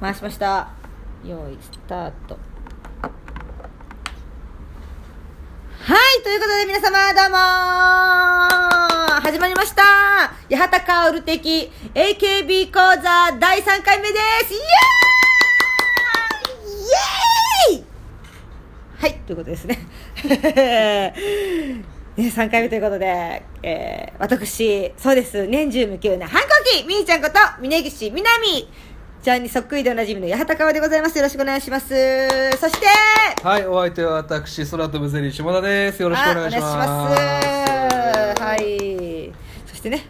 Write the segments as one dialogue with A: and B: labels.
A: 回しました用意スタートはいということで皆様どうも始まりました八幡薫的 AKB 講座第3回目ですイエーイイエーイはいということですね ね、3回目ということで、えー、私、そうです、年中無休な反抗期、みーちゃんこと、峯岸みなみちゃんにそっくりでおなじみの八幡川でございます。よろしくお願いします。そして、
B: はい、お相手は私、空飛ぶゼリー下田です。よろしくお願いします。
A: あお願いしますはい。そしてね、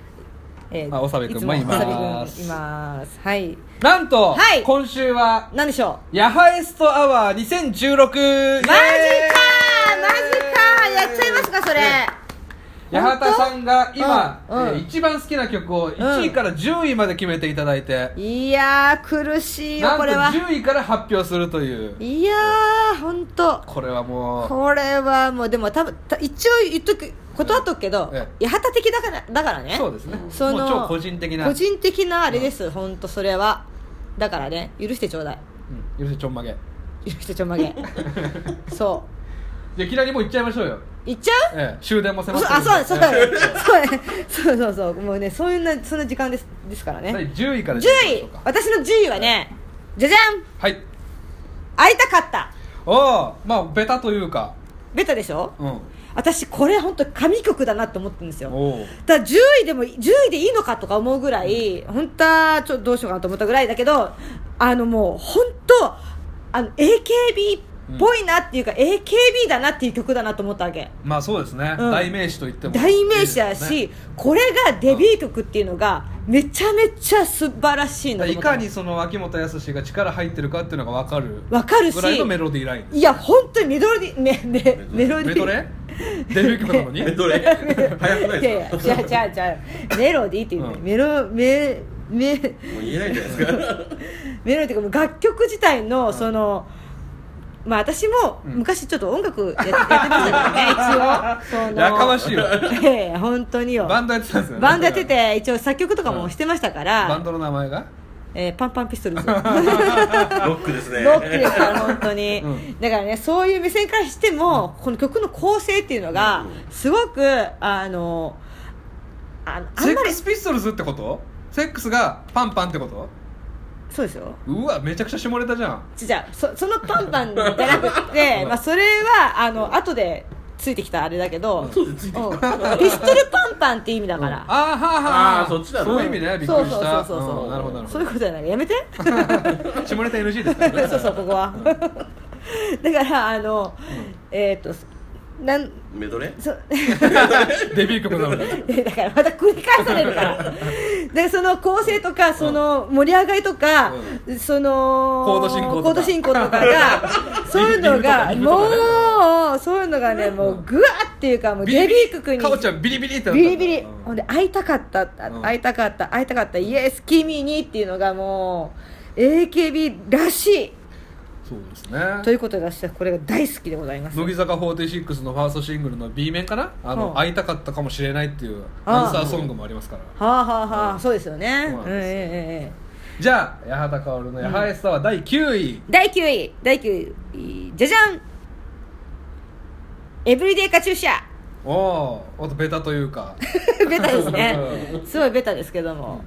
A: え
B: あおさべくん
A: いつ
B: も
A: お
B: います
A: さべくんいます。はい。
B: なんと、
A: はい
B: 今週は、
A: なんでしょ
B: ヤハエストアワー2016マジ
A: うマ
B: か
A: ジかマジかやっちゃいますか、それ。
B: 八幡さんが今、
A: うんうん
B: えー一番好きな曲を
A: う
B: 1
A: ん
B: 位から10位まで決めていただいて、
A: いやー、苦しいよ
B: な、ん
A: ことれは。
B: 10位から発表するという、
A: いやー、ほんと。
B: これはも
A: これはもうでも多分た一応言っとく断っとくけど、
B: え
A: 八幡的だからだから
B: う、
A: ね
B: そうですね。もう
A: その
B: 超個人的な、
A: 個人的なあれです、ほんとそれはだからね許してちょうだい
B: うん、よろしいちょんまげ。
A: 許してちょんま げそ
B: じゃあ、いきなりもう行っちゃいましょうよ。
A: ういっちゃう
B: ええ、終電も
A: そ
B: 迫って
A: あ
B: るんで
A: そうそうだ
B: え
A: ねそうだねそうそうそうもうねそういうなそんな時間ですですから
B: え
A: ね
B: 第10位から
A: 10
B: 行きまし
A: 位
B: ょうか
A: 私の10位はねじゃじゃん
B: はい。
A: 会いたかった
B: おおまあベタというか
A: ベタでしょ
B: うん
A: 私これ本当神曲だなって思ってるんですよ
B: おお
A: だから10位でも10位でいいのかとか思うぐらい本当はちょっとどうしようかなと思ったぐらいだけどあのもう本当あの AKB っぽいなっていうか、AKB だなっていう曲だなと思ったわけ
B: まあそうですね、
A: うん
B: 代名詞と言っても
A: 代名詞だし
B: いいですね
A: これがデビュー曲っていうのがめちゃめちゃ素晴らしい
B: だ
A: んだ
B: から
A: と
B: い
A: 思った
B: かにその秋元康が力入ってるかっていうのが分かる
A: わかるし
B: ぐらいのメロディーライン
A: いや本当にメドレーメメメロディ
B: メドレーデビュー曲なのに
C: えどれ早くない
A: い やい
C: です
A: や
C: か
A: じゃあじゃあじゃあメロディーっていうね、
B: うん
A: メロメメ
C: もう言えないんじゃないですか
A: メロディーというかもう楽曲自体のその、まあ私も
B: うん
A: 昔ちょっと音楽や,、やってま したけどね一応その
B: やかましいわ
A: ええ本当によ
B: バンドやってたんですよね
A: バンドやってて一応作曲とかもしてましたか
B: バ
A: ら、
B: ンドの名前が
A: えーパンパンピストル ズロ
C: ロックですね
A: ックですから本当に、
B: うん
A: だからねそういう目線からしてもこの曲の構成っていうのがすごくあのあのあ
B: セ
A: ん
B: ッ
A: ま
B: ク
A: り
B: スピストルズってことセックスがパンパンってこと
A: そうですよ
B: うわめちゃくちゃ下ネタじゃん
A: じゃあそそのパンパンじゃなく てまあそれはあの後でついてきたあれだけど、
C: そうですついてきた
A: うんピストルパンパンって意味だから、
B: あーはーはーは
C: あーそっちだね
B: そういう意味ねびっくりした
A: そうそうそうそうそうん
B: なるほどなる
A: そ
B: ほど
A: ういうことじゃないやめ て
B: 下ネタ NG ですね
A: そうそうここはだからあの、えっ、となん
C: メドレー
A: そ
B: デビュー曲なのに
A: え だからまた繰り返されるから だからその構成とかその盛り上がりとか、その
B: コード進行とか
A: コード進行とか がそういうのが
B: リフとかね
A: もうそういうのがねもうグワっていうかもうデビュー曲に
B: かおちゃんビリビリってなったん
A: ビ
B: だ
A: リビリ、
B: うん
A: ほんで会いたかった、あ
B: うん
A: 会いたかった会いたかったイエス君にっていうのがもう AKB らしい
B: そうですね
A: ということで私はこれが大好きでございます
B: 乃木坂46のファーストシングルの B 面かなあの、
A: うん
B: 会いたかったかもしれないっていう
A: あー
B: アンサーソングもありますから
A: はあはあはあ、そうですよね
B: そうなんですよ
A: うんええええ
B: じゃあ八幡薫の「八幡エスタ」は第9位、
A: 第9位第9位じゃじゃんエブリデイカチューシ ャ
B: おおーおとベタというか
A: ベタですねすごいベタですけども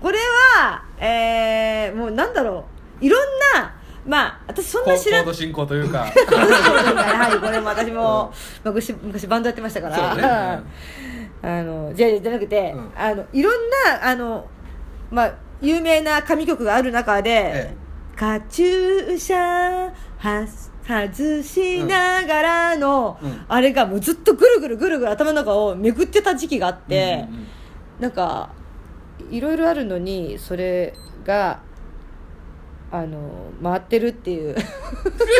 A: これはえー、もうなんだろういろんなまあ私そん
B: コ
A: な知ら
B: ー
A: な
B: ド進行というか
A: やはりこれも私も昔昔バンドやってましたから
B: そうね
A: あのじゃじゃなくて、
B: うん
A: あのいろんなあの、まあ、有名な神曲がある中で
B: え
A: 「カチューシャは外しながらの」
B: うんうん
A: あれがもうずっとぐるぐるぐるぐる頭の中を巡ってた時期があって、
B: うんうんうん
A: なんかいろいろあるのにそれがあの回ってるっていう。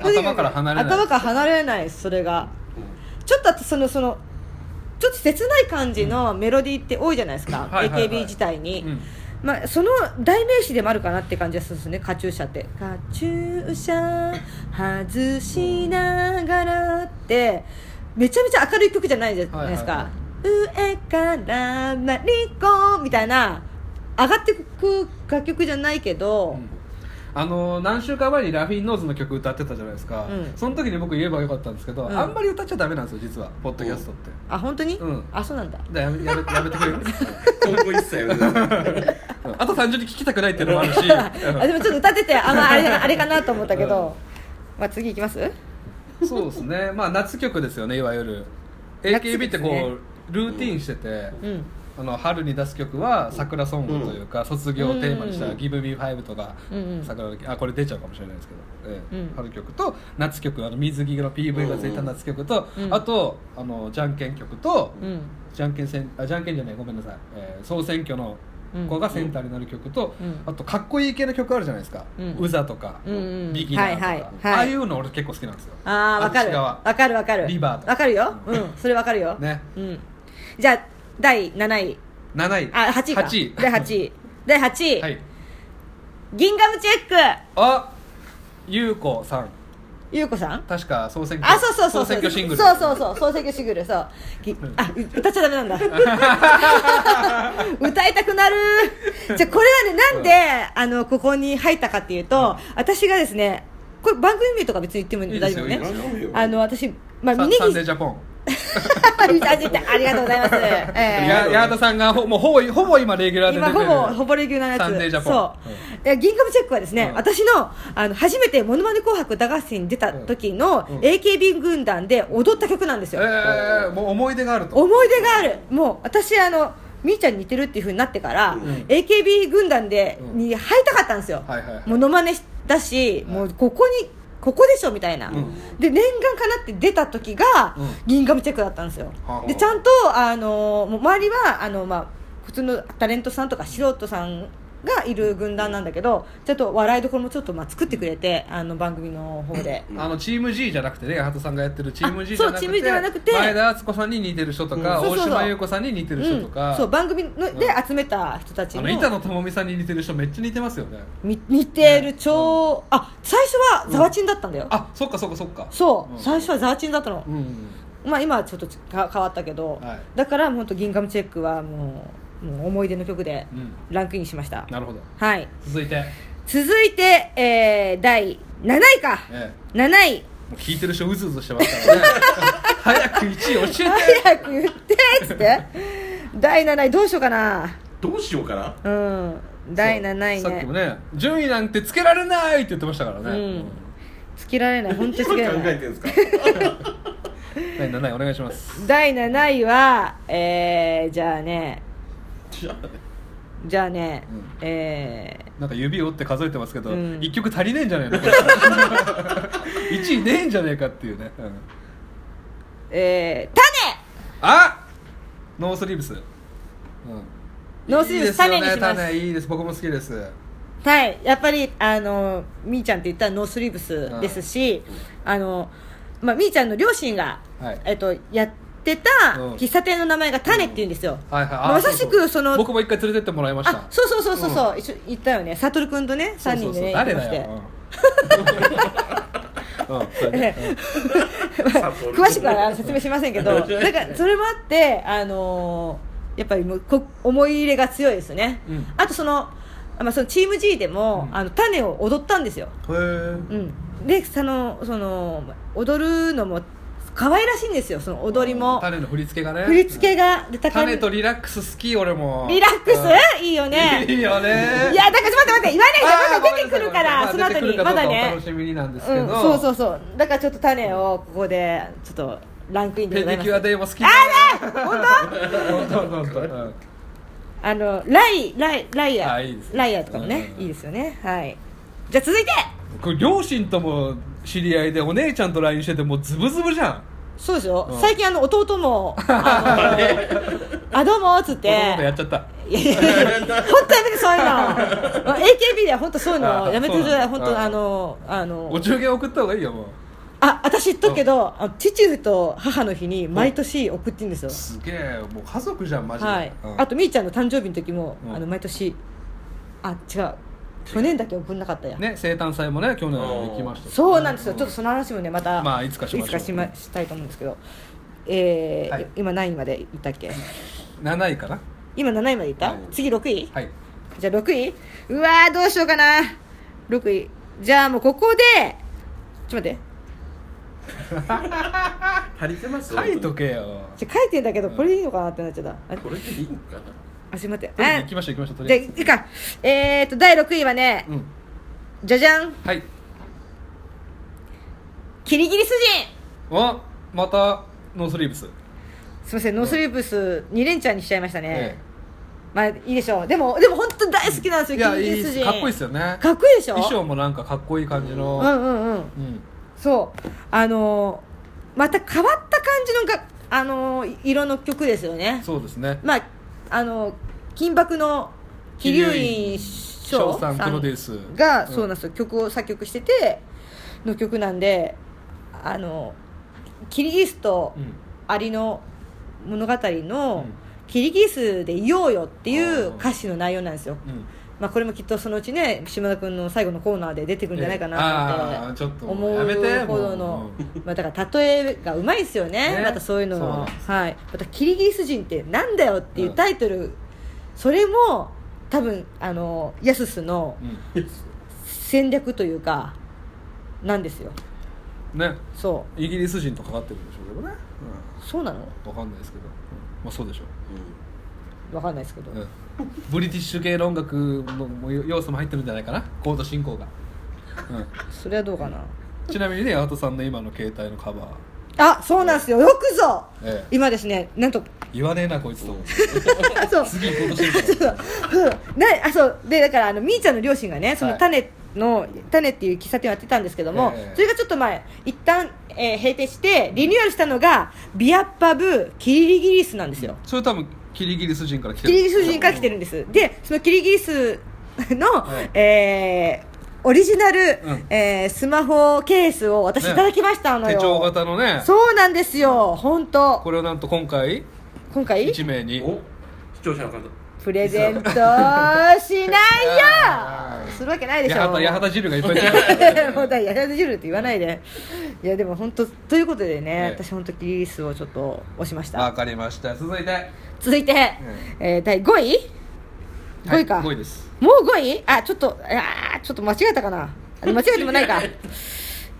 B: 頭から離れない
A: 頭から離れないそれがちょっとあとそのそのちょっと切ない感じのメロディーって多いじゃないですか、
B: はいはいはい
A: AKB 自体に、
B: うん
A: まあ、その代名詞でもあるかなって感じがするんですね「カチューシャ」って「カチューシャ外しながら」ってめちゃめちゃ明るい曲じゃないじゃないですか「
B: はいはいは
A: 上からマリコ」みたいな上がってく楽曲じゃないけど、
B: あの何週間前にラフィンノーズの曲歌ってたじゃないですか、
A: うん
B: その時に僕言えばよかったんですけど、
A: うん
B: あんまり歌っちゃダメなんですよ実はポッドキャストって、
A: あ本当に、
B: うん
A: あそうなんだ
B: だからやめ やめやめてくれる
C: 今後一切やめてください
B: うんあと単純に聞きたくないっていうの もあるし
A: あでもちょっと歌っててあ,、まあ、あれあれかなと思ったけど、まあ、次いきます
B: うんそうですねまあ夏曲ですよねいわゆる
A: 夏曲
B: AKB ってこう、
A: ですね
B: ルーティンしてて、
A: うん
B: あの春に出す曲は桜ソングというか、卒業をテーマにした
A: うん
B: 「GiveMe5」とか、
A: うんうん
B: 桜のあこれ出ちゃうかもしれないですけど、ええ
A: うん
B: 春曲と夏曲あの水着の PV がついた夏曲と、
A: うんうん
B: あとあのじゃんけん曲と、
A: うん
B: じゃんけんせんあじゃんけんじゃないごめんなさい、えー総選挙の子がセンターになる曲と、
A: うん
B: あとかっこいい系の曲あるじゃないですか「
A: うん
B: うざ、とか、
A: うんうん
B: ビギナー」とか、
A: はいはいはい
B: ああいうの俺結構好きなんですよ
A: ああわか
B: っち
A: る
B: 側
A: わかるわかる
B: リバーとか
A: わかるようんそれわかるよ、
B: ね
A: うん、じゃあ第7位
B: 7位
A: あ8位か
B: 8位
A: 第8位 第8位、
B: はい
A: ギンガムチェック
B: あゆうこさん
A: ゆうこさん
B: 確か総選挙
A: あそうそうそう
B: 総選挙シングル
A: そうそうそう総選挙シングルそうぎあう歌っちゃダメなんだ 歌いたくなるじゃあこれはねなんで、あのここに入ったかっていうと、私がですねこれ番組名とか別に言っても
B: いいで
A: 大
B: す
A: 丈夫
B: よ
A: ね
B: いいですよ
A: あの私まあ
B: サン
A: 峯
B: サンデー
A: 岸
B: ジャポン、
A: ありがとうございます、ええ
B: や矢田さんがほもうほぼほぼ今レギュラーで出て
A: 今
B: る
A: ほぼほぼレギュラーなやつ
B: サンデージャポン
A: そう、で銀河チェックはですね、
B: うん
A: 私のあの初めて「ものまね紅白歌合戦」に出た時の
B: うんうん
A: AKB 軍団で踊った曲なんです
B: え
A: よ、
B: ーもう思い出があると
A: 思い出があるもう私あのみーちゃんに似てるっていうふうになってから、
C: うん
A: AKB 軍団で、
B: うん
A: に入りたかったんですよ、
B: はいはいはい
A: ものまねだし、
B: はい
A: もうここにここでしょみたいな、
B: うん
A: で念願かなって出た時が、
B: うん
A: 銀紙チェックだったんですよ、
B: はあ
A: でちゃんとあのもう周りはあの、まあ、普通のタレントさんとか素人さんがいる軍団なんだけどちょっと笑いどころもちょっとまあ作ってくれてあの番組の方で
B: あのチーム G じゃなくてね矢田さんがやってるチーム G
A: あ
B: じゃな
A: そ
B: く
A: うチ
B: て
A: ーム G じゃなくて
B: 前田敦子さんに似てる人とか、
A: うんそうそうそう
B: 大島優子さんに似てる人とか、
A: うん、そう番組ので
B: うん
A: 集めた人たち
B: あ
A: の
B: の板野友美さんに似てる人めっちゃ似てますよね
A: み似てる超、あ最初はザワチンだったんだよ、
B: あそっかそっかそっか
A: そう、
B: ん
A: 最初はザワチンだったの
B: う、ん
A: まあ今はちょっとか変わったけど、
B: はい
A: だから本当銀紙チェックはもうもう思い出の曲で
B: うん
A: ランクインしました、
B: なるほど
A: はい
B: 続いて、
A: 続いて、えー、第7位か
B: え
A: 7位
B: え、もう聞いてる人うずうずしてます からね早く1位教えて
A: 早く言ってっつ って第7位どうしようかな
C: どうしようかな
A: うん第7位
B: そうさっきも
A: ね
B: ね順位なんてつけられないって言ってましたからね、
A: うんつけられない本当につ
C: 今
A: け
C: 考
A: られない
C: えてるんですか
B: 第7位お願いします
A: 第7位はえー、じゃあね
C: じゃあね
A: じゃあね、
B: うん
A: え
B: なんか指折って数えてますけど、一
A: うん
B: 1曲足りねえんじゃねえ の1位ねえんじゃねえかっていうね、うん
A: ー、えー、
B: あノースリーブス、うん、
A: ノースリーブス
B: いいですよね
A: 種にします
B: 種いいです僕も好きです
A: 種はいやっぱりあのみーちゃんって言ったらノースリーブスですし、あの、まあ、みーちゃんの両親が、
B: はい
A: えっと、やってた
B: うん
A: 喫茶店の名前が種って言うんですよ、
B: はいはい
A: まあまさし
B: そうそ
A: く
B: う
A: その
B: 僕も一回連れてってもらいました
A: あそうそうそうそうそう一緒行ったよねサトルくんとね3人でね
B: そうそうそう
A: 行きまし
B: 誰だ
A: て
B: よ、 うんうんそうね
A: ええまあ詳しくはあの説明しませんけ どなんかそれもあって、あのーやっぱりもうこ思い入れが強いですね、
B: うん
A: あとその,、まあ、そのチーム G でも、
B: うん
A: あの種を踊ったんですよ、
B: へー
A: うん、でそのその踊るのも可愛らしいんですよその踊りも
B: 種の振り付けがね
A: 振り付けがで高い
B: 種とリラックス好き俺も
A: リラックスいいよ
B: ス
A: ね
B: いいよね
A: いやだからちょっと待って待って言わないでまだ出てくるか
B: あ
A: ら
B: ー
A: その後にまだ
B: 出てくるかどうかお
A: ね
B: 楽しみになんですけど、
A: うん、そうそうそうだからちょっと種をここでちょっとランクインで
B: ペ
A: ござい
B: ディ
A: ま
B: キ
A: す
B: ュアデーも好きあ
A: 本当
B: れ 本当本当うん
A: あのライライライア
B: あいいですね
A: ライアとかもね、
B: うん
A: いいですよねはいじゃあ続いて
B: これ両親とも知り合いでお姉ちゃんと LINE しててもうズブズブじゃん
A: そうですよ、
B: うん
A: 最近あの弟もあ のあどうもっつっ
B: 子供とや
A: て
B: っちゃった
A: いやいやいや本当やめてそういうのまあ AKB では本当そういうのやめてください
B: あそう
A: 本
B: なの
A: 当あのあの
B: お中元送った方がいいよもう
A: あ私言っとくけど、あの父と母の日に毎年送ってんですよ、
B: すげえもう家族じゃんマジで、
A: はい
B: うん
A: あとみーちゃんの誕生日の時も、
B: うん
A: あの毎年あ違う去年だけ送んなかったやん、
B: ね生誕祭もね去年行きました
A: そうなんですよ、
B: ん
A: ちょっとその話もねまた、
B: まあいつかしましょう
A: いつましたいと思うんですけど、えー
B: はい
A: 今何位までいったっけ
B: 7位かな
A: 今7位までいった、
B: はい
A: 次6位、
B: はい
A: じゃあ6位うわーどうしようかな6位じゃあもうここでちょっと待って
C: 足りてます
B: 書いとけよ
A: じゃあ書いてんだけどこれでいいのかなってなっちゃったあ
C: これでいいのかな
A: あすいませんあ
B: 行きましょう行きましょうと
A: じゃあ
B: りあえず
A: いいかえーと第6位はね
B: うん
A: じゃじゃん
B: はい
A: キリギリス人
B: おまたノースリーブス
A: すいませんノースリーブス2連チャンにしちゃいましたね、
B: え
A: まあいいでしょうでもでも本当大好きなんです
B: えい
A: よ
B: や
A: キリギリ
B: い
A: ス
B: い
A: 人
B: かっこいいっすよね
A: かっこいいでしょ
B: 衣装もなんかかっこいい感じ
A: う
B: の
A: んうんうん
B: うん
A: そうあのーまた変わった感じのが、あのー色の曲ですよね
B: そうですね
A: まああのー金箔の
B: 桐
A: 桐
B: 生
A: 生
B: 院
A: 院
B: 翔
A: 翔
B: さ
A: さ
B: ん
A: ん
B: プロデュース
A: が、
B: うん
A: そうなんですよ曲を作曲してての曲なんであのーキリギリスと
B: うん
A: アリの物語の、
B: うん
A: キリギリスでいようよっていう
B: あー
A: 歌詞の内容なんですよ、
B: うん
A: まあ、これもきっとそのうちね島田君の最後のコーナーで出てくるんじゃないか
B: あ
A: な
B: ー
A: っ
B: ち
A: て
B: ょっと
A: 思う
B: やめて
A: ほど
B: も
A: の
B: う、
A: まあ、だから例えがうまいですよね
B: ね
A: またそういうの
B: そうなん
A: は
B: で
A: はい、また「キリギリス人ってなんだよ」っていうタイトル、それも多分あのヤススの
B: う
A: 戦略というかなんですよ
B: んね
A: そ
B: イギリス人とかかってるんでしょうけどね、
A: うそうなの
B: うん、わかんないですけど、うんまあそうでしょう、
A: わかんないですけど、
B: うん、ブリティッシュ系の音楽のも要素も入ってるんじゃないかなコード進行が、う
A: それはどうかな、
B: ん、ちなみにねアートさんの今の携帯のカバー
A: あそうなんですよよくぞ、
B: ええ
A: 今ですねなん と
B: 言わねえなこいつと思って
A: あそう
B: 次コード進行
A: そううんなあそうでだからあのみーちゃんの両親がねそ
B: は
A: の
B: い
A: 種の、種っていう喫茶店をやってたんですけども、
B: ええ
A: それがちょっと前一旦、えー閉店してリニューアルしたのがビアッパブキリギリスなんですよ、
B: それ多分キリギリス人から来て
A: キ
B: る
A: リギリス人から来てるんですでそのキリギリスの、
B: はい
A: えーオリジナル、
B: うん
A: えースマホケースを私い
B: ね
A: ただきましたの
B: 手
A: よ、
B: 帳型のね
A: そうなんですよ本当
B: これをなんと今回
A: 今回
B: 1名に
C: お視聴者の方
A: プレゼントしないよ するわけないでしょ
B: 八幡八幡汁がいっぱい出 てる
A: もうだやらず汁って言わないでいやでも本当ということでね、
B: ええ
A: 私本当キリギリスをちょっと押しまし
B: わ
A: た
B: かりました続いて
A: 続いて、えー第5位5位か、
B: はい、5位です
A: もう5位あちょっとあーちょっと間違えたかなあ間違えてもない か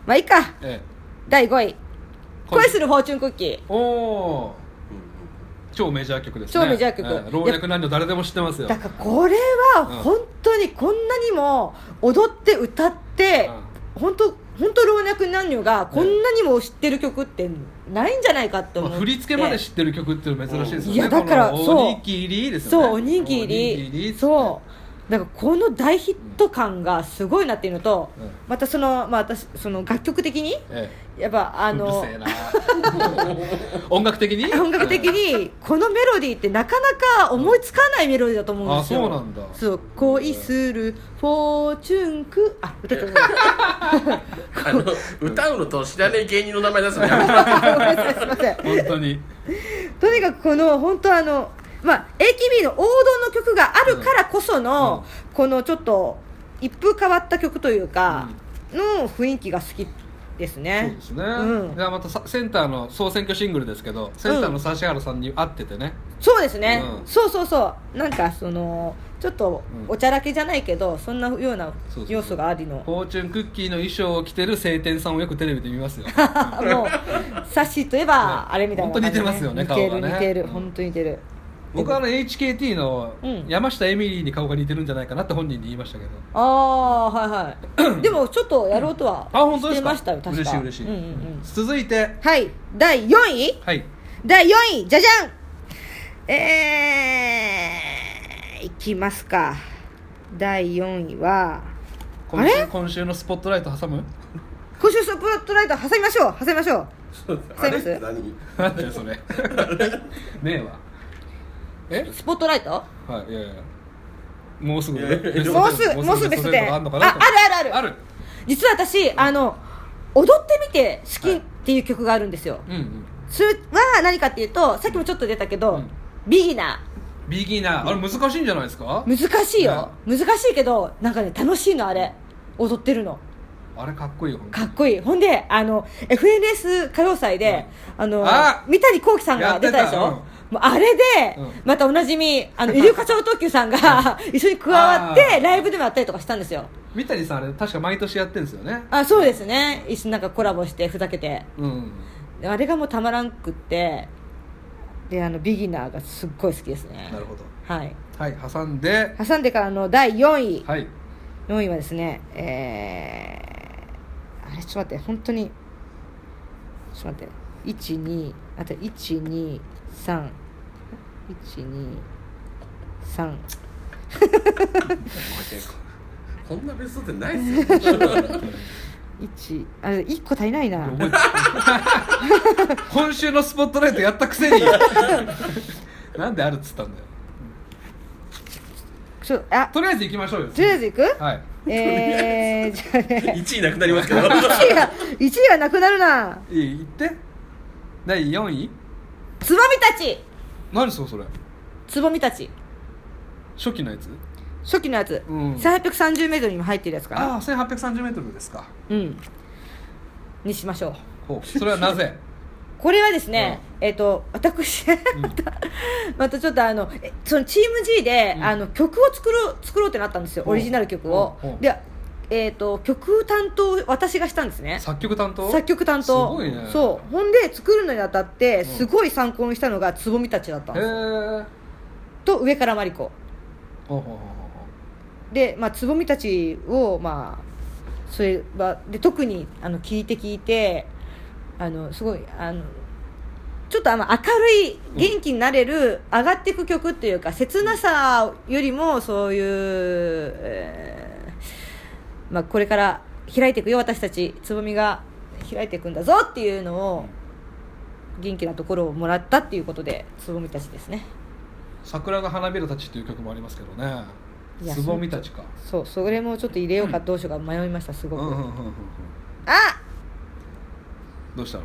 A: まあいいか
B: え
A: 第5位
B: え
A: 恋するフォーチュンクッキー
B: おお
C: うん
B: 超メジャー曲ですね
A: 超メジャー曲
B: ええ老若男女誰でも知ってますよ
A: だからこれは本当にこんなにも踊って歌って、本当本当老若男女がこんなにも知ってる曲ってないんじゃないかって
B: ま
A: 思
B: あ
A: って、
B: 振り付けまで知ってる曲っていうの珍しいですよね
A: いやだから
B: この
A: そう
B: おにぎりですよね
A: そうおにぎり
B: おにぎり
A: そうなんかこの大ヒット感がすごいなっていうのと、
B: うん
A: またその,、まあ、私その楽曲的に
B: え
A: やっぱ
B: え
A: あ
B: う
A: の
B: るせえな 音楽的に
A: 音楽的にこのメロディーってなかなか思いつかないメロディーだと思うんですよ
B: あそうなんだ
A: そう恋するフォーチュンクあ歌って
C: あの歌うのと知らない芸人の名前出すのやめて
A: ごめんなさいすいません
B: 本当に
A: とにかくこの本当あのまあ AKB の王道の曲があるからこその、このちょっと一風変わった曲というか、の雰囲気が好きです
B: そう
A: ね
B: ですね、
A: うん
B: じゃあまたさセンターの総選挙シングルですけどセンターの指原さんに会っててね、
A: そうですね、
B: うん
A: そうそうそうなんかそのちょっと
B: うん
A: おちゃらけじゃないけどそんなような
B: そうそう
A: 要素がありの
B: フォーチュンクッキーの衣装を着てる晴天さんをよくテレビで見ま すよ
A: あもうサッシーといえば
B: ね
A: あれみたいな
B: 本当
A: 感じ、
B: 似てますよね
A: 似て
B: 顔
A: る
B: がね
A: 似てる、
B: うん
A: 本当に似てる
B: 僕はあの HKT の
A: うん
B: 山下エミリーに顔が似てるんじゃないかなって本人に言いましたけど、
A: ああはい はいでもちょっとやろうとは
B: あ本当で
A: して
B: すか
A: ましたよ確か
B: 嬉しい嬉しい、
A: うんうんうん
B: 続いて
A: はい第4位
B: はい
A: 第4位じゃじゃんえー、いきますか第4位は
B: 今
A: あ
B: 週
A: れ
B: 今週のスポットライト挟む
A: 今週スポットライト挟みましょう挟みましょう
C: あれって何
B: なんだよそれねえわえ
A: スポットライト
B: はいいやいやもうすぐ
C: いやいや
B: ベスト
A: もうす
B: テ
A: ぐ
B: ン
A: もうすぐベスト
B: ベ
A: 10
B: が
A: あ
B: あんのかな
A: あるあるあ
B: あ
A: る
B: る
A: 実は私あの踊ってみて好きっていう曲があるんですよ、
B: うんうん
A: それは何かっていうとさっきもちょっと出たけど、
B: うん
A: ビギナ
B: ビギナーあれ難しいんじゃないですか
A: ー難しいよ、難しいけどなんかね楽しいのあれ踊ってるの
B: あれかっこいいよ本当
A: か
B: に
A: っこいいほんであの FNS 歌謡祭で、あの
B: あ
A: 三谷幸喜さんが出たでし
B: やっ
A: ょ
B: て、
A: もうあれで、
B: うん
A: またおなじみあのイリュウカ超特急さんが一緒に加わっ
B: あ
A: て
B: ー
A: ライブでもやったりとかしたんですよ
B: 三谷さんあれ確か毎年やってるんですよね
A: あそうですね一緒になんかコラボしてふざけて
B: うん
A: あれがもうたまらんくってであのビギナーがすっごい好きですね
B: なるほど
A: はい
B: はい挟んで
A: 挟んでからの第4位
B: はい
A: 4位はですねえー、あれちょっと待って本当にちょっと待って12あと123123
C: こんなベストってないっすよ
A: 一あれ1個足りないな
B: 覚えて今週のスポットライトやったくせになんであるっつったんだよ
A: ちょあ
B: とりあえず行きましょうよ
A: とりあえずいく
B: はい
A: えー、じゃあね
C: 1位なくなりますけど
A: 1位が1位がなくなるない
B: い行って第4位
A: つぼみたち
B: 何ですかそれ
A: つぼみたち
B: 初期のやつ
A: 初期のやつ、
B: うん
A: 1830メートルにも入ってるやつかな
B: ああ 1830m ですか
A: うんにしましょう
B: ほうそれはなぜ
A: これはですね、えっ、と私また、 またちょっとあのえそのチーム G で、
B: うん
A: あの曲を作ろう作ろうってなったんですよ
B: ほう
A: オリジナル曲を
B: ほうほう
A: でえっ、と曲担当を私がしたんですね
B: 作曲担当
A: 作曲担当
B: すごいね
A: そうほんで作るのにあたって、
B: ん
A: すごい参考にしたのがつぼみたちだったん
B: へ
A: ですよ
B: え
A: と上からまりこ
B: ほうほうほうほ
A: で、まあ、つぼみたちを、まあ、それはで特にあの聞いて聞いてあのすごいあのちょっとあの明るい元気になれる、上がっていく曲っていうか切なさよりもそういう、えーまあ、これから開いていくよ私たちつぼみが開いていくんだぞっていうのを元気なところをもらったっていうことでつぼみたちですね
B: う桜が花びらたちっていう曲もありますけどね
A: いや
B: つぼみたちか
A: そうそれもちょっと入れようかどうしようか迷いましたす
B: う
A: ご
B: ん
A: く、
B: うんうんうんうん
A: あ
B: どうしたの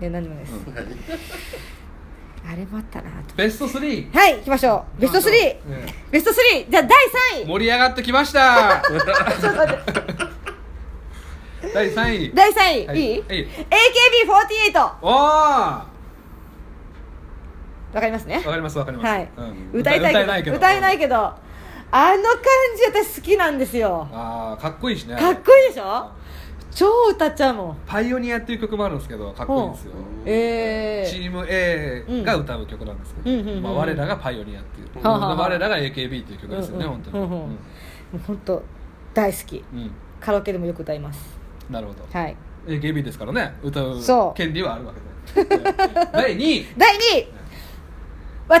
A: いや何もないです、
B: うん
A: あれもあったなと
B: ベスト3
A: はい行きましょうベスト 3!
B: ええ
A: ベスト3じゃあ第3位
B: 盛り上がってきました 第3位
A: 第3位、、
B: はいい
A: い、
B: はい
A: AKB48 わ
B: おおわ
A: かりますね
B: かりますわかります、
A: はい、
B: うん
A: 歌いたいけど歌え
B: えないけど
A: ないけどあの感じ私好きなんですよ
B: ああかっこいいしね
A: かっこいいでしょ超歌っちゃうもん
B: パイオニアっていう曲もあるんですけどかっこいいんですよ
C: ほ
A: え
B: チーム A が歌う曲なんですけど、
A: うんうんうんうん
B: まあ、我らがパイオニアっていう、
A: はあはあ
B: 我らが AKB っていう曲ですよね、
A: うんうん
B: 本当に、
A: うんうんえ本当大好き
B: うんうん
A: カラオケでもよく歌います
B: なるほど
A: はい
B: AKB ですからね歌
A: そうう
B: 権利はあるわけで 第2位
A: 第2位私は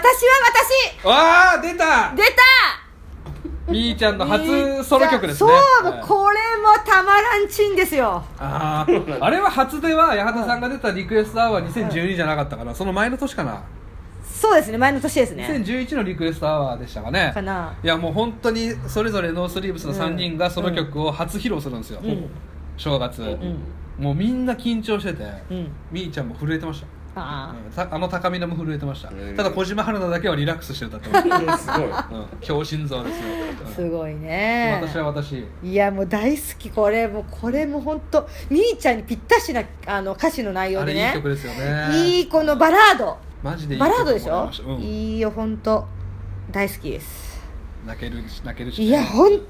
A: 私
B: わあ出た
A: 出た
B: みーちゃんの初ソロ曲ですね
A: そう、
B: はい
A: これもたまらんちんですよ
B: あーあれは初では八幡さんが出た「リクエストアワー2012」じゃなかったかなその前の年かな
A: そうですね前の年ですね
B: 2011のリクエストアワーでしたかね
A: かない
B: やもう本当にそれぞれノースリーブスの3人がその曲を初披露するんですよ、
A: うん
B: 正月、
A: ん
B: もうみんな緊張してて、
A: うん
B: みーちゃんも震えてました
A: あ
B: うんたあの高見菜も震えてました、
C: へー
B: ただ小島春菜だけはリラックスして歌ってました、
C: うんすごい
B: うん、強心臓ですよ、
A: あ
B: うん
A: すごいね
B: 私は私
A: いやもう大好きこれもうこれも本当みーちゃんにぴったしなあの歌詞の内容
B: あ
A: で
B: れいい
A: ね
B: 曲ですよね
A: いいこのバラード
B: マジでいい
A: バ
B: 曲
A: ラードでし
B: もらい
A: ょ
B: またうん
A: いいよ本当大好きです
B: 泣けるし泣けるしね
A: いや本当に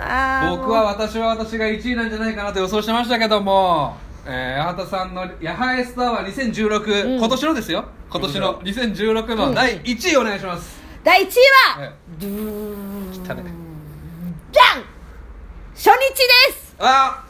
A: あー
B: 僕は私は私が1位なんじゃないかなと予想してましたけども、えー、八幡さんの「ヤハエスターは2016、
A: うん
B: 今年のですよ今年の2016の第1位お願いします、
A: 第1位
B: え
A: は
B: え
A: ドゥーン
B: 来たね
A: じゃん初日です
B: あ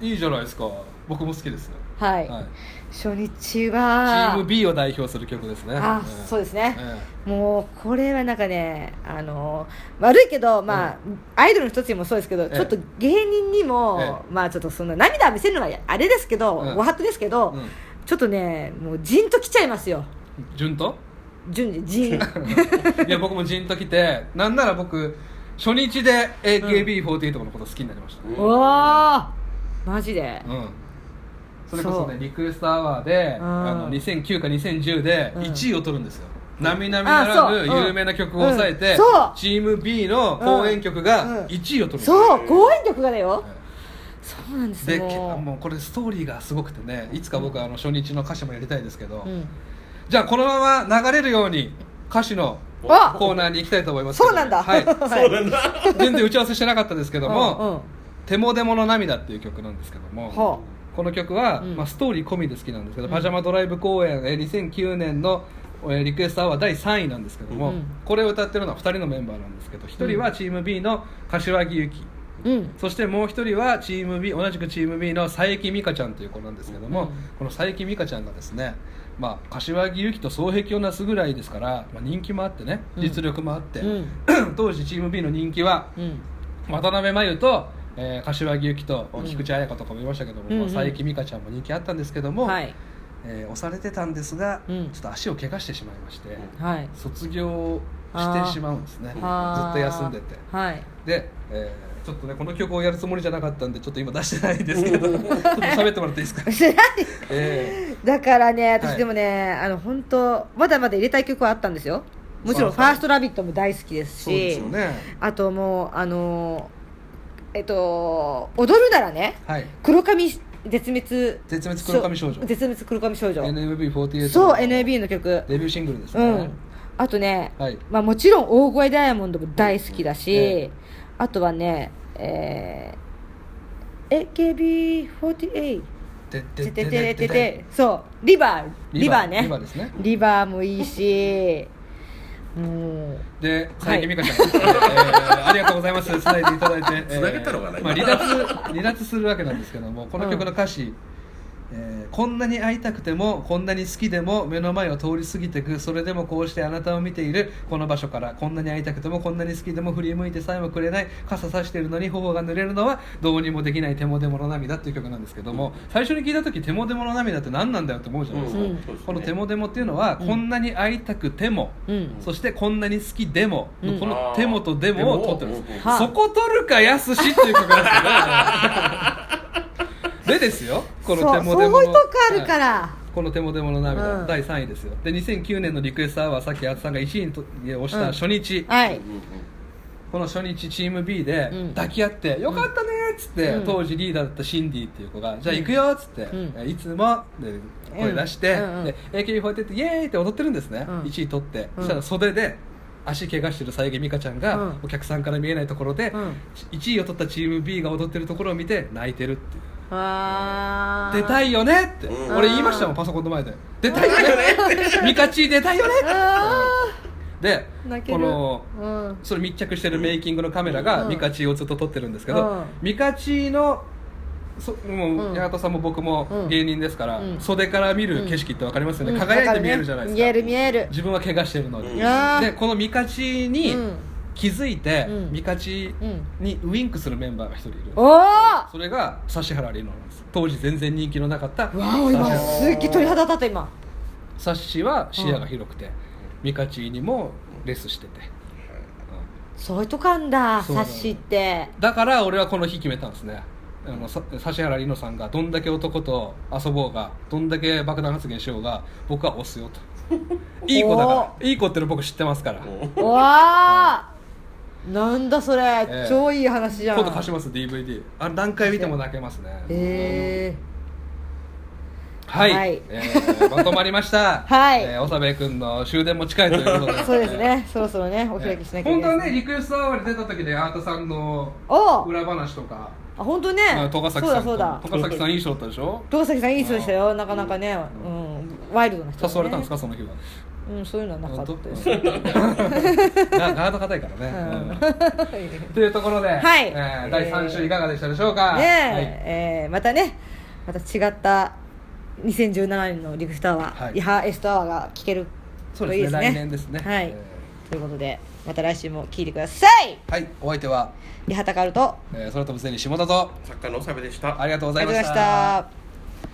B: いいじゃないですか僕も好きですよ
A: はい、
B: はい、
A: 初日
B: チ
A: は
B: ーム B を代表する曲ですね
A: あ、そうですすね、
B: え
A: もうこれはなんかねあの悪いけどまあ、アイドルの一つにもそうですけど、
B: ええ
A: ちょっと芸人にも、
B: え
A: まあちょっとそんな涙見せるのはあれですけど、
B: うん
A: ご法度ですけど、
B: うん
A: ちょっとねもうじんときちゃいますよ
B: 順と
A: 順次 じん
B: いや僕もジンときてなんなら僕初日で AKB48 のこと好きになりました、
A: おおマジで、
B: うん、それこそね
A: そう
B: リクエストアワーで、
A: うん
B: あの2009か2010で
A: うん
B: 1位を取るんですよ、並々
A: あ
B: な
A: そう
B: ら
A: うん
B: ぬ有名な曲を抑え
A: う
B: て
A: んそう、
B: チーム B の公演曲が1位を取るんですよ、
A: そう公演曲がだよ、
B: はい
A: そうなんです
B: で
A: よもう
B: もうこれストーリーがすごくてねいつか僕はあの初日の歌詞もやりたいですけど、
A: うん
B: じゃあこのまま流れるように歌詞の
A: あ
B: コーナーに行きたいと思いますけど
A: そうなんだ、
B: はい、
C: そうなんだ
B: 全然打ち合わせしてなかったですけども「
A: うんうん
B: テモデモの涙」っていう曲なんですけども、
A: は
B: この曲は、
A: うん
B: まあ、ストーリー込みで好きなんですけど、
A: うん
B: パジャマドライブ公演えー2009年のえーリクエストアワー第3位なんですけども、
A: うん
B: これを歌ってるのは2人のメンバーなんですけど1人はチーム B の柏木由紀
A: うん
B: そしてもう1人はチーム B 同じくチーム B の佐伯美香ちゃんという子なんですけども、
A: うん
B: この佐伯美香ちゃんがですね、まあ、柏木由紀と双璧をなすぐらいですから、まあ、人気もあってね
A: うん
B: 実力もあって、
A: うん
B: 当時チーム B の人気は
A: うん
B: 渡辺真由と、えー柏木由紀と菊池彩香とかもいましたけども、
A: うんうん
B: 佐伯美香ちゃんも人気あったんですけども、
A: はい
B: えー押されてたんですが、
A: うん
B: ちょっと足を怪我してしまいまして
A: はい
B: 卒業してしまうんですねずっ
A: あー
B: と休んでて
A: はい
B: で、えーちょっとねこの曲をやるつもりじゃなかったんでちょっと今出してないんですけどちょっと喋ってもらっていいですか、え
A: だからね
B: は
A: 私
B: い
A: でもね、あの本当まだまだ入れたい曲はあったんですよもちろん「
B: あ
A: ファーストラビット!」も大好きですし
B: ーそうですよね
A: あともうあのーえっと踊るならね
B: はい
A: 黒髪絶滅
B: 絶滅黒髪少女
A: 絶滅黒髪少女
B: NMB48
A: そう NAB の曲
B: デビューシングルです
A: う
B: ね、
A: んあとね、
B: はい
A: まあ、もちろん大声ダイヤモンドも大好きだし、
B: うんええ
A: あとはねえー AKB48
B: て
A: てて
B: て
A: て
B: てて
A: て
B: て
A: て
B: て
A: そうリバーリバーね
B: リバーですね
A: リバーもいい しもう
B: で
A: は
B: 佐
A: い
B: 伯美香ちゃん、えーありがとうございますつないでいただいて
C: つなげたのかな
B: えーまあ、離脱 離脱するわけなんですけどもこの曲の歌詞、えーこんなに会いたくてもこんなに好きでも目の前を通り過ぎてくそれでもこうしてあなたを見ているこの場所からこんなに会いたくてもこんなに好きでも振り向いてさえもくれない傘さしてるのに頬が濡れるのはどうにもできない手もでもの涙っていう曲なんですけども、最初に聞いた時手もでもの涙って何なんだよって思うじゃないですか、
A: うん
B: この「テモデモ」っていうのは、こんなに会いたくても、
A: うん
B: そしてこんなに好きでも、
A: うん
B: この「テモ」と「デモ」を取ってるんで
A: うん
B: す、そこ取るかやすしっていう 曲なんですよでですよこの「テモデ
A: そうそ
B: モの」
A: ういうとこあるか
B: はい
A: ら、
B: この「テモデモの涙」
A: うん
B: 第3位ですよで2009年のリクエストアワーさっきあつさんが1位にと押し
A: う
B: た
A: ん
B: 初日、
A: はい
B: この初日チーム B で
A: うん
B: 抱き合って「よかったね」っつって、
A: うん
B: 当時リーダーだったシンディっていう子が「じゃあ行くよ」っつって「
A: うん
B: えいつも」で声出して、
A: うんうん
B: で AKB48 って「イエーイ!」って踊ってるんですね、
A: うん
B: 1位取って、
A: うん
B: そしたら袖で足怪我してる佐伯美香ちゃんが、
A: うん
B: お客さんから見えないところで、
A: うん
B: 1位を取ったチーム B が踊ってるところを見て泣いてるっていう
A: あー
B: 出たいよねって、
C: うん
B: 俺言いましたもんパソコンの前で出たいよねってミカチー出たいよねって
A: あ
B: で
A: ー泣け
B: こ
A: る
B: の
A: うん
B: それ密着してるメイキングのカメラが
A: うん
B: ミカチーをずっと撮ってるんですけど、
A: うん
B: ミカチーのそも
A: うん
B: う八幡さんも僕
A: うん
B: も芸人ですから、
A: うん
B: 袖から見る景色って分かりますよね、
A: うん
B: 輝いて見えるじゃないですか,、
A: 見える見える
B: 自分は怪我してるのに、
C: うん
A: あー
B: でこのミカチーに
A: うん
B: 気づいて、
A: うん
B: ミカチーにウインクするメンバーが一人いる、
A: おおわ
B: それが指原莉乃なんです当時全然人気のなかった
A: お今すっげえ鳥肌立った今
B: サッシは視野が広くて、ミカチーにもレスしてて、うん
A: そういうとこあんだ
B: そうな
A: 察
B: の
A: し って
B: だから俺はこの日決めたんですねあのさ指原莉乃さんがどんだけ男と遊ぼうがどんだけ爆弾発言しようが僕は押すよといい子だからいい子っての僕知ってますから
A: うわーなんだそれ、
B: え
A: 超いい話じゃん
B: 今度貸します DVD あ何回見ても泣けますね
A: え
B: はい、
A: はい
B: えーまとまりました
A: はい
B: えー、おさべ君の終電も近いということ
A: え
B: で
A: ー、そうですねそろそろねお開きしなきゃい
B: 本
A: け
B: 当
A: ない
B: は
A: です
B: ねリクエストアワーに出た時でアートさんの
A: おう
B: 裏話とか
A: あ本当ね
B: まあ戸ヶ崎
A: そう
B: さ
A: だ
B: ん
A: そうだ
B: と戸ヶ崎さんいい人だったでしょ
A: 戸崎さんいい人でしたよなかなかね、うんワイルドな人、ね、
B: 誘われたんですかその日は
A: うんそういうのはなかったです
B: 本当ガガード硬いからね、うんというところで、
A: はい
B: えー第3週いかがでしたでしょうか、
A: ねええーまたねまた違った2017年のリクスターは、
B: はい
A: イハエスタワーが聞ける
B: そう
A: と
B: ですね
A: いいですね
B: 来年ですね
A: はい、
B: え
A: ということでまた来週も聞いてください
B: はい、はい、お相手は、
A: リハタカルと
B: えー、空飛ぶゼリー下田と
C: 作家のおさべでした
B: ありがとうござ
A: あ
B: い
A: りがとうご
B: ま
A: ざい
B: し
A: ま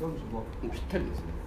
A: したた
C: ぴったりですね